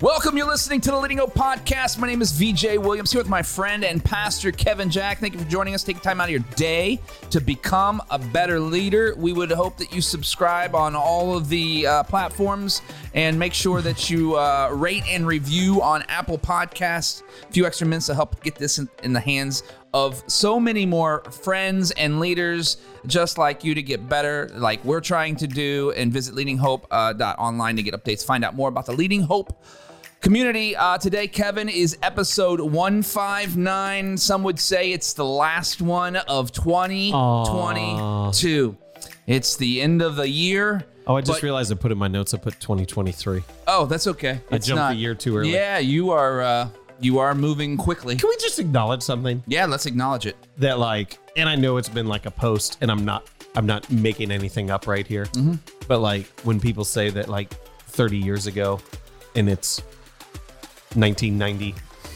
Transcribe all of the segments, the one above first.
Welcome. You're listening to the Letting Go podcast. My name is VJ Williams here with my friend and pastor Kevin Jack. Thank you for joining us. Take time out of your day to become a better leader. We would hope that you subscribe on all of the uh, platforms and make sure that you uh, rate and review on Apple Podcasts. A few extra minutes to help get this in, in the hands of so many more friends and leaders just like you to get better, like we're trying to do. And visit leadinghope.online to get updates. Find out more about the Leading Hope community. Uh, today, Kevin, is episode 159. Some would say it's the last one of 2022. It's the end of the year. Oh, I just But- realized I put in my notes. I put 2023. Oh, that's okay. I It's jumped not- a year too early. Yeah, you are. Uh, you are moving quickly. Can we just acknowledge something Yeah, let's acknowledge it. that like, and I know it's been like a post, and I'm not, I'm not making anything up right here. But like, when people say that like 30 years ago, and it's 1992,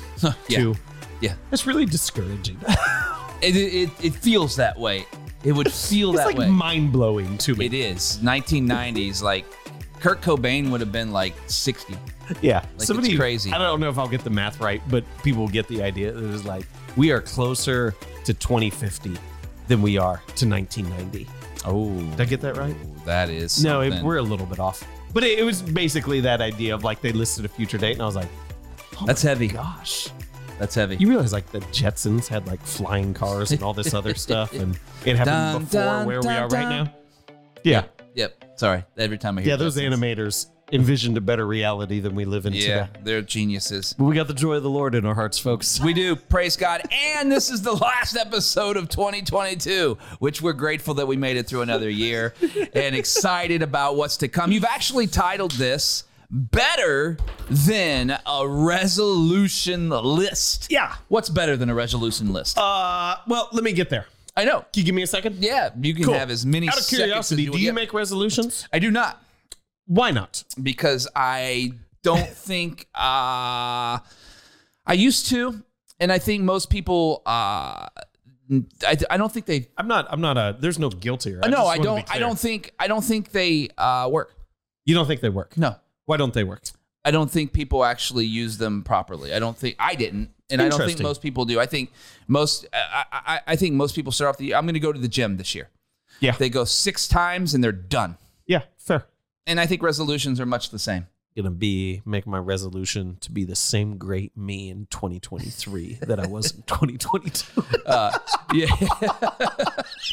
Yeah, yeah. it's really discouraging. It, it, it feels that way. It would feel it's that like way. mind blowing to me. it is 1990s. Like Kurt Cobain would have been like 60. Yeah, it's crazy. I don't know if I'll get the math right, but people get the idea. It was like we are closer to 2050 than we are to 1990. Oh, Did I get that right? that is No, it, something. we're a little bit off. But it, it was basically that idea of like they listed a future date, and I was like, oh That's my heavy. Gosh, that's heavy. you realize like the Jetsons had like flying cars and all this other stuff, and it Dun, happened before dun, where we dun, are right dun. now. Yeah, Yep. Sorry. Every time I hear yeah, those Jetsons. animators envisioned a better reality than we live in Yeah, today. they're geniuses. But we got the joy of the Lord in our hearts, folks. We do. Praise God. And this is the last episode of 2022, which we're grateful that we made it through another year and excited about what's to come. You've actually titled this Better Than a Resolution List. Yeah. What's better than a resolution list? Uh, well, let me get there. I know. Can you give me a second? Yeah, you can Cool. have as many Out of seconds as curiosity, do want. you Yeah. make resolutions? I do not Why not? because I don't think uh, I used to, and I think most people. Uh, I, I don't think they. I'm not. I'm not a. There's no guilt here. no, just I wanna be don't. I clear. don't think. I don't think they uh, work. You don't think they work? No, Why don't they work? I don't think people actually use them properly. I don't think I didn't, and I don't think Interesting. most people do. I think most. I, I, I think most people start off the. year, I'm going to go to the gym this year. Yeah. they go six times and they're done. Yeah, fair. And I think resolutions are much the same. Gonna be make my resolution to be the same great me in 2023 that I was in 2022. Yeah.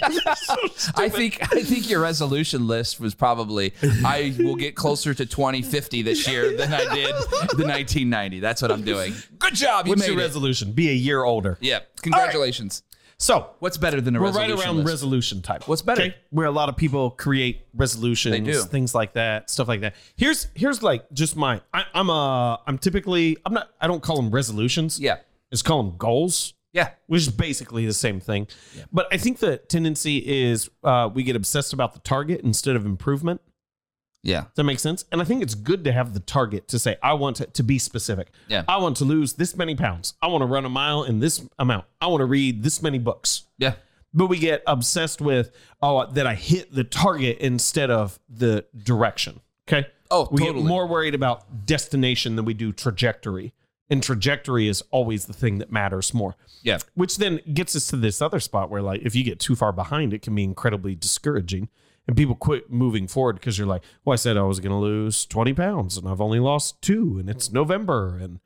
I think I think your resolution list was probably I will get closer to 2050 this year than I did the 1990. That's what I'm doing. Good job. You What's made your it. resolution? Be a year older. yeah. Congratulations. So What's better than a we're right resolution around list? resolution time. What's better? Where a lot of people create resolutions, They do. things like that, stuff like that. Here's here's like just my I, I'm a I'm typically I'm not I don't call them resolutions. yeah. Just call them goals, Yeah. which is basically the same thing. But I think the tendency is uh, we get obsessed about the target instead of improvement. Yeah. Does that make sense? And I think it's good to have the target to say, I want to, to be specific. Yeah. I want to lose this many pounds. I want to run a mile in this amount. I want to read this many books Yeah. but we get obsessed with oh that I hit the target instead of the direction. Okay. Oh, we totally. get more worried about destination than we do trajectory, and trajectory is always the thing that matters more. Yeah. Which then gets us to this other spot where like if you get too far behind, it can be incredibly discouraging. And people quit moving forward because you're like, well, I said I was going to lose 20 pounds and I've only lost two and it's November. And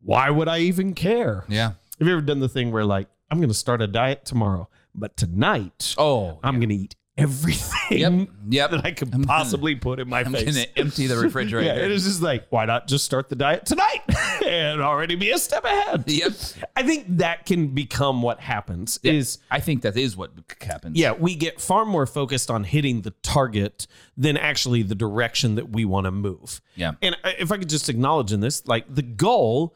why would I even care? Yeah. Have you ever done the thing where like I'm going to start a diet tomorrow, but tonight Oh. I'm going to eat everything Yep. Yep. that I could I'm gonna- possibly put in my I'm going face? to empty the Yeah, refrigerator. it is just like why not just start the diet tonight and already be a step ahead? Yep. I think that can become what happens is I think that is what happens. yeah, we get far more focused on hitting the target than actually the direction that we want to move. Yeah. And I- if I could just acknowledge in this, like the goal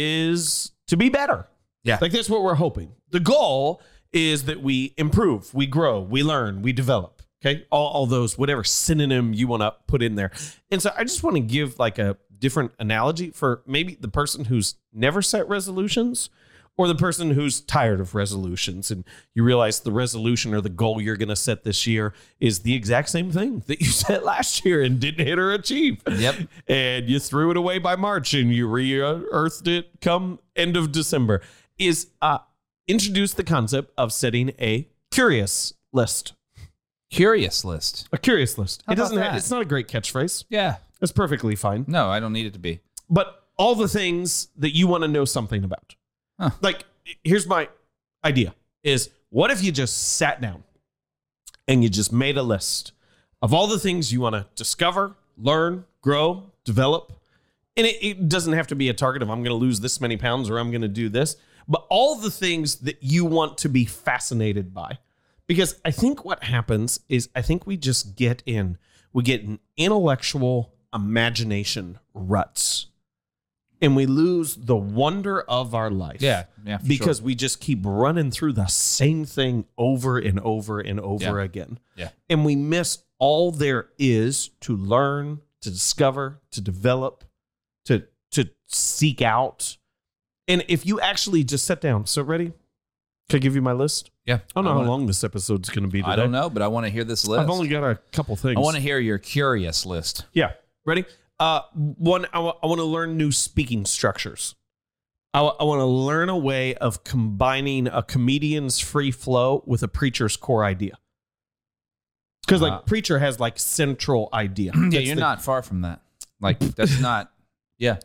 is to be better. Yeah. Like that's what we're hoping. The goal is that we improve, we grow, we learn, we develop. Okay. All, all those, whatever synonym you want to put in there. And so I just want to give like a different analogy for maybe the person who's never set resolutions or the person who's tired of resolutions and you realize the resolution or the goal you're going to set this year is the exact same thing that you set last year and didn't hit or achieve. Yep. And you threw it away by March and you re earthed it come end of December. Is uh, introduce the concept of setting a curious list. Curious list. A curious list. How it doesn't. about Have, that? it's not a great catchphrase. Yeah. It's perfectly fine No, I don't need it to be. but all the things that you want to know something about. Huh. Like here's my idea is what if you just sat down and you just made a list of all the things you want to discover, learn, grow, develop. And it, it doesn't have to be a target of I'm going to lose this many pounds or I'm going to do this, but all the things that you want to be fascinated by. Because I think what happens is I think we just get in, we get an intellectual imagination ruts and we lose the wonder of our life. Yeah. Yeah. for Because we just keep running through the same thing over and over and over Yeah. again. Yeah. And we miss all there is to learn, to discover, to develop, to to seek out. And if you actually just sit down, so ready? Can I give you my list? sure. yeah. I don't know wanna- how long this episode's going to be today. I don't know, but I want to hear this list. I've only got a couple things. I want to hear your curious list. Yeah. Ready? Uh, one, I want to learn new speaking structures. I want to learn a way of combining a comedian's free flow with a preacher's core idea. Because, Wow. like, preacher has like central idea. Uh-huh. yeah, That's you're the- not far from that. Like that's not. Yeah.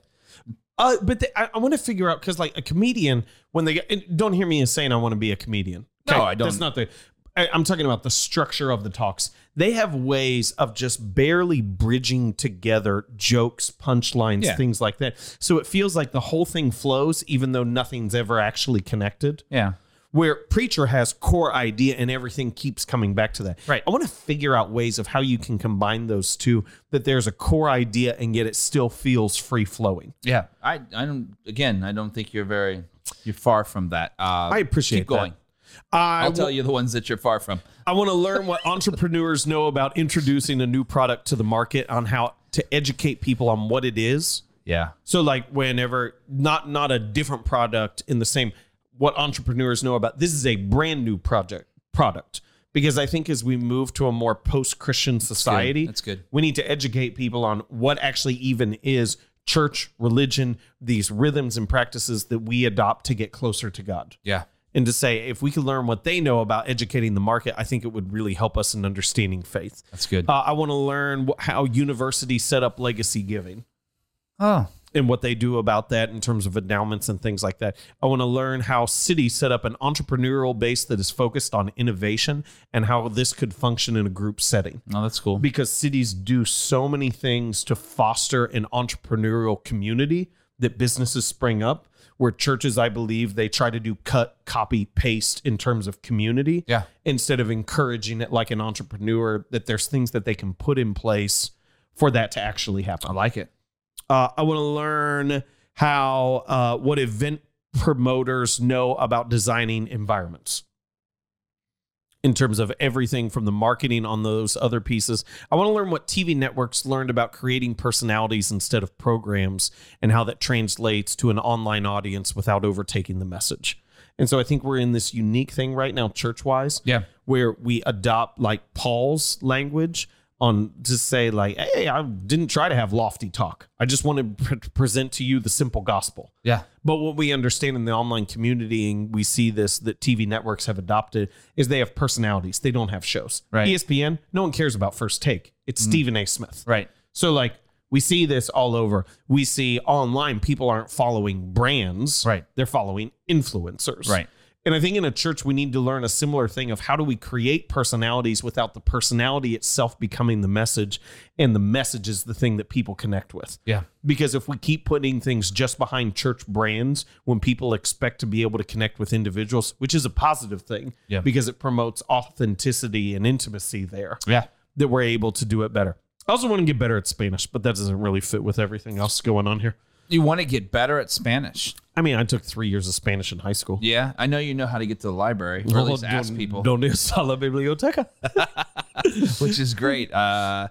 Uh, but the, I, I want to figure out because, like, a comedian, when they get, and don't hear me as saying I want to be a comedian. No, I don't. That's not the. I, I'm talking about the structure of the talks. They have ways of just barely bridging together jokes, punchlines, Yeah. things like that. So it feels like the whole thing flows, even though nothing's ever actually connected. Yeah. Where preacher has core idea and everything keeps coming back to that. Right. I want to figure out ways of how you can combine those two. That there's a core idea and yet it still feels free flowing. Yeah. I. I don't. Again, I don't think you're very. You're far from that. Uh, I appreciate Keep going. that. I I'll tell you the ones that you're far from. I want to learn what entrepreneurs know about introducing a new product to the market on how to educate people on what it is. Yeah. So like whenever not not a different product in the same what entrepreneurs know about this is a brand new project product because I think as we move to a more post-Christian society That's good. we need to educate people on what actually even is church religion these rhythms and practices that we adopt to get closer to God Yeah. and to say if we could learn what they know about educating the market, I think it would really help us in understanding faith. That's good. Uh, I want to learn wh- how universities set up legacy giving oh. and what they do about that in terms of endowments and things like that. I want to learn how cities set up an entrepreneurial base that is focused on innovation and how this could function in a group setting No, that's cool. because cities do so many things to foster an entrepreneurial community that businesses spring up where churches i believe they try to do cut copy paste in terms of community Yeah. instead of encouraging it like an entrepreneur that there's things that they can put in place for that to actually happen I like it. uh, I want to learn how uh, what event promoters know about designing environments in terms of everything from the marketing on those other pieces. I want to learn what TV networks learned about creating personalities instead of programs and how that translates to an online audience without overtaking the message. And so I think we're in this unique thing right now, church wise, Yeah. where we adopt like Paul's language on to say like, hey, I didn't try to have lofty talk. I just want to pre- present to you the simple gospel. Yeah. But what we understand in the online community, and we see this that TV networks have adopted, is they have personalities. They don't have shows. E Right. Mm. ESPN, no one cares about First Take. It's Stephen A. Smith. Right. So like we see this all over. We see online people aren't following brands. Right. They're following influencers. Right. And I think in a church we need to learn a similar thing of how do we create personalities without the personality itself becoming the message and the message is the thing that people connect with. Yeah. Because if we keep putting things just behind church brands when people expect to be able to connect with individuals, which is a positive thing Yeah. because it promotes authenticity and intimacy there Yeah. that we're able to do it better. I also want to get better at Spanish, but that doesn't really fit with everything else going on here. You want to get better at Spanish. I mean, I took three years of Spanish in high school. Yeah. I know you know how to get to the library, or at least ask people, Donde está la biblioteca? which is great. Uh,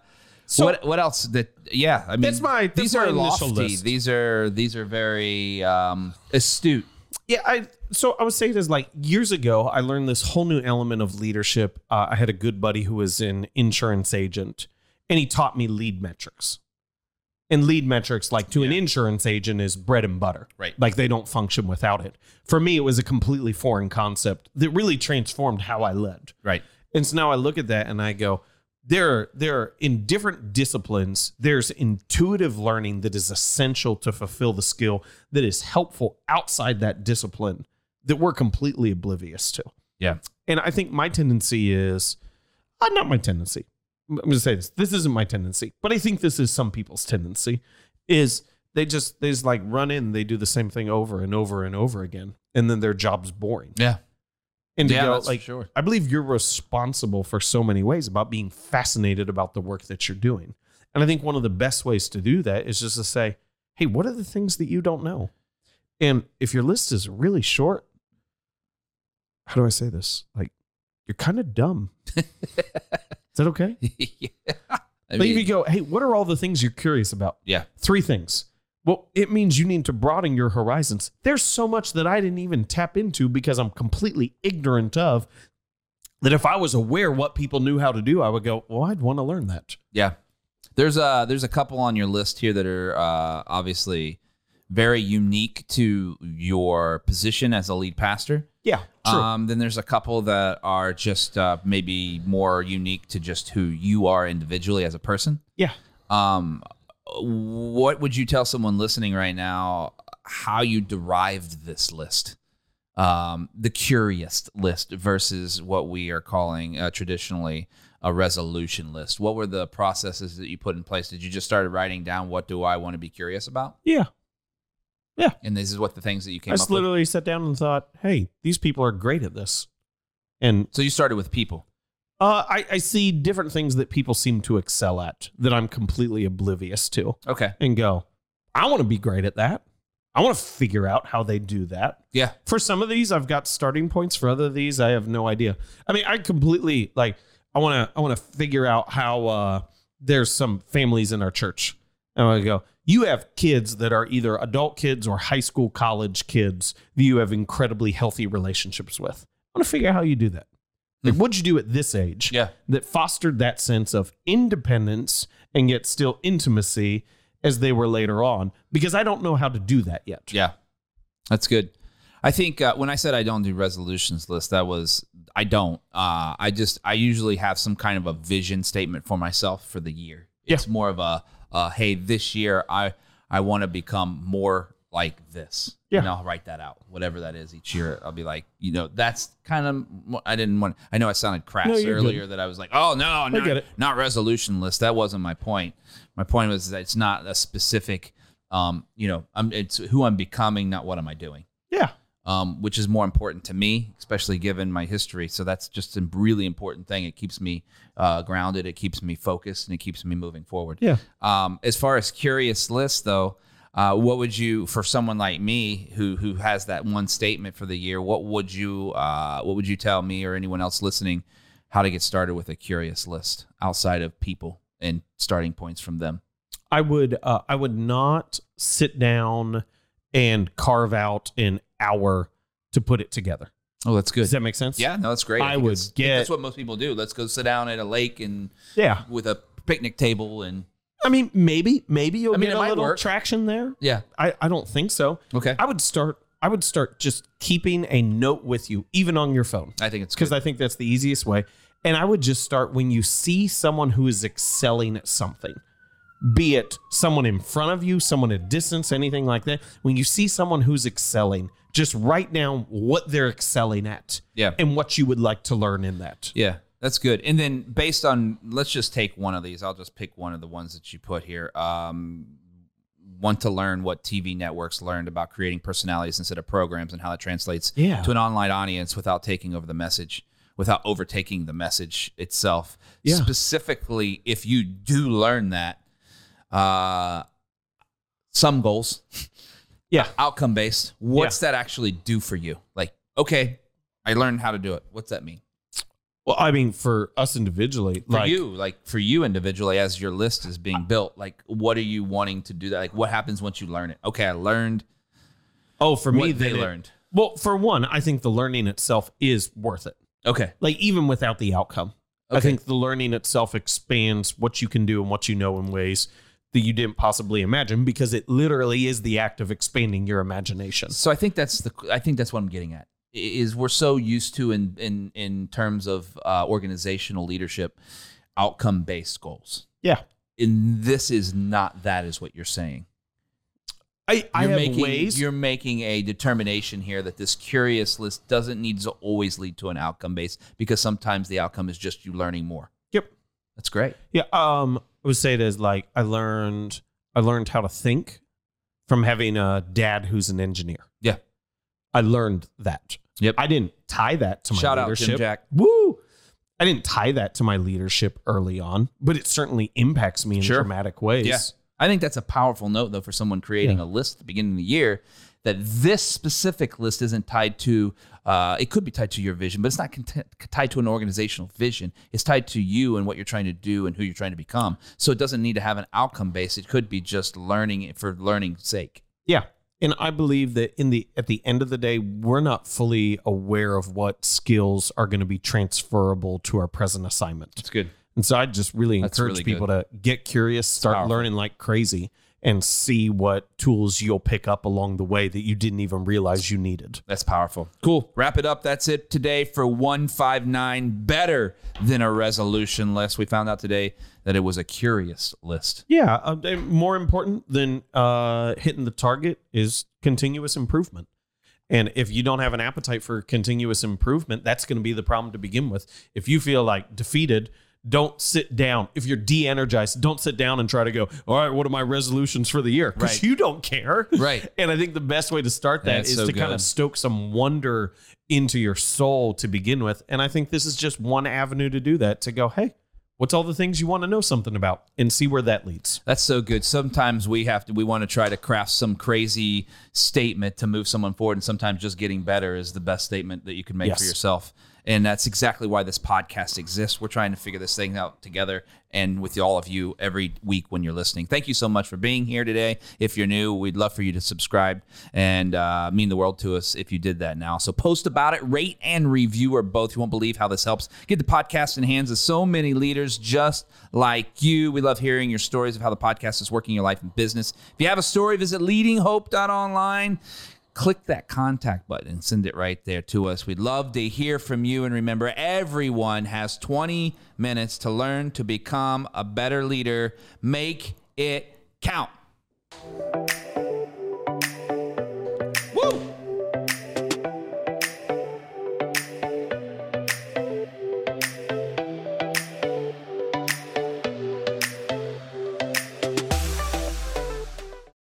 what what else? That yeah. I mean, That's my- that's these my are initial lofty. list. These are these are very um, astute. Yeah, I so I would say this like years ago, I learned this whole new element of leadership. Uh, I had a good buddy who was an insurance agent, and he taught me lead metrics. And lead metrics, like to an Yeah. insurance agent, is bread and butter. Right. Like they don't function without it. For me, it was a completely foreign concept that really transformed how I led. Right. And so now I look at that and I go, there, there in different disciplines, there's intuitive learning that is essential to fulfill the skill that is helpful outside that discipline that we're completely oblivious to. Yeah. And I think my tendency is uh, not my tendency. I'm going to say this. This isn't my tendency, but I think this is some people's tendency is they just, they just like run in, they do the same thing over and over and over again. And then their job's boring. Yeah. And to yeah. go, that's like, for sure. I believe you're responsible for so many ways about being fascinated about the work that you're doing. And I think one of the best ways to do that is just to say, hey, what are the things that you don't know? And if your list is really short, how do I say this? Like, you're kind of dumb. is that okay? yeah. I Like, if mean, you go, hey, what are all the things you're curious about? yeah. Three things. Well, it means you need to broaden your horizons. There's so much that I didn't even tap into because I'm completely ignorant of that if I was aware what people knew how to do, I would go, well, I'd want to learn that. Yeah. There's a there's a couple on your list here that are uh, obviously very unique to your position as a lead pastor. Yeah, true. Um, then there's a couple that are just uh, maybe more unique to just who you are individually as a person. yeah. Um, what would you tell someone listening right now how you derived this list? Um, the curious list versus what we are calling uh, traditionally a resolution list. What were the processes that you put in place? Did you just start writing down what do I want to be curious about? Yeah. And this is what the things that you I came up just literally sat down and thought, hey, these people are great at this. And with. So you started with people. uh, I, I see different things that people seem to excel at that I'm completely oblivious to Okay. and go, I want to be great at that. I want to figure out how they do that. Yeah. for some of these i've got starting points for other of these i have no idea i mean i completely like i want to i want to figure out how uh there's some families in our church and i go you have kids that are either adult kids or high school college kids that you have incredibly healthy relationships with i want to figure out how you do that like what'd you do at this age Hmm. Yeah. that fostered that sense of independence and yet still intimacy as they were later on because i don't know how to do that yet Yeah, that's good. I think uh, when I said I don't do resolutions list, that was I don't. Uh, I just I usually have some kind of a vision statement for myself for the year. It's more of a uh, hey, this year I I want to become more like this. Yeah. and I'll write that out, whatever that is each year. I'll be like, you know, that's kind of what I didn't want. I know I sounded crass No, you're good. earlier that I was like, oh no, not, get it. not resolution list. That wasn't my point. My point was that it's not a specific, um, you know, I'm, it's who I'm becoming, not what am I doing, yeah um, which is more important to me, especially given my history. So that's just a really important thing. It keeps me uh, grounded, it keeps me focused, and it keeps me moving forward. yeah Um, as far as curious list though, uh, what would you for someone like me who who has that one statement for the year? What would you uh, what would you tell me or anyone else listening how to get started with a curious list outside of people and starting points from them? I would uh, I would not sit down and carve out an hour to put it together. Oh, that's Does good. that make sense? Yeah, no, that's great. I think would that's- get- that's what most people do. Let's go sit down at a lake and Yeah. with a picnic table and I mean, maybe maybe you'll I mean, get it a might little work. traction there. yeah, I, I don't think so. okay. I would start I would start just keeping a note with you, even on your phone. I think it's because good. I think that's the easiest way. And I would just start when you see someone who is excelling at something, be it someone in front of you, someone at distance, anything like that. When you see someone who's excelling, just write down what they're excelling at yeah. and what you would like to learn in that. Yeah, that's good. And then based on, let's just take one of these. I'll just pick one of the ones that you put here. Um, want to learn what TV networks learned about creating personalities instead of programs and how that translates Yeah. to an online audience without taking over the message, without overtaking the message itself. Yeah. Specifically, if you do learn that, uh, some goals, Yeah. outcome based. What's that actually do for you? Like, okay, I learned how to do it. What's that mean? Well, I mean, for us individually, for like you like for you individually as your list is being built like what are you wanting to do that like what happens once you learn it okay i learned oh, for me, what they then it- learned Well, for one, I think the learning itself is worth it. Okay. Like even without the outcome. I Okay. think the learning itself expands what you can do and what you know in ways that you didn't possibly imagine because it literally is the act of expanding your imagination. So I think that's the I think that's what I'm getting at i- is we're so used to in in in terms of uh, organizational leadership outcome based goals. Yeah. And this is not that is what you're saying. I, I you're have making, ways. You're making a determination here that this curious list doesn't need to always lead to an outcome based because sometimes the outcome is just you learning more. Yep. That's great. Yeah. Um, I would say it is like I learned I learned how to think from having a dad who's an engineer. Yeah. I learned that. Yep. I didn't tie that to my Shout out leadership. Jim Jack. Woo! I didn't tie that to my leadership early on, but it certainly impacts me in Sure. dramatic ways. Yeah. I think that's a powerful note, though, for someone creating a list at the beginning of the year. That this specific list isn't tied to, uh, it could be tied to your vision, but it's not cont- tied to an organizational vision. It's tied to you and what you're trying to do and who you're trying to become. So it doesn't need to have an outcome base. It could be just learning it for learning's sake. Yeah. And I believe that in the at the end of the day, we're not fully aware of what skills are going to be transferable to our present assignment. It's good. And so I just really That's encourage really people to get curious, start powerful. learning like crazy, and see what tools you'll pick up along the way that you didn't even realize you needed. That's powerful. Cool. Wrap it up. That's it today for 159 Better Than a Resolution List. We found out today that it was a curious list. Yeah. uh, and more important than uh, hitting the target is continuous improvement. And if you don't have an appetite for continuous improvement, that's going to be the problem to begin with. If you feel like defeated, don't sit down. If you're de energized, don't sit down and try to go, all right, what are my resolutions for the year? Because Right. you don't care. Right. And I think the best way to start that That's is so to kind good. of stoke some wonder into your soul to begin with. And I think this is just one avenue to do that to go, hey, what's all the things you want to know something about and see where that leads. That's so good. Sometimes we have to, we want to try to craft some crazy statement to move someone forward. And sometimes just getting better is the best statement that you can make for Yes. yourself. And that's exactly why this podcast exists. We're trying to figure this thing out together and with all of you every week when you're listening. Thank you so much for being here today. If you're new, we'd love for you to subscribe and uh, mean the world to us if you did that now. So post about it, rate and review are both. You won't believe how this helps get the podcast in the hands of so many leaders just like you. We love hearing your stories of how the podcast is working your life and business. If you have a story, visit leadinghope.online click that contact button and send it right there to us. We'd love to hear from you. And remember, everyone has 20 minutes to learn to become a better leader. Make it count.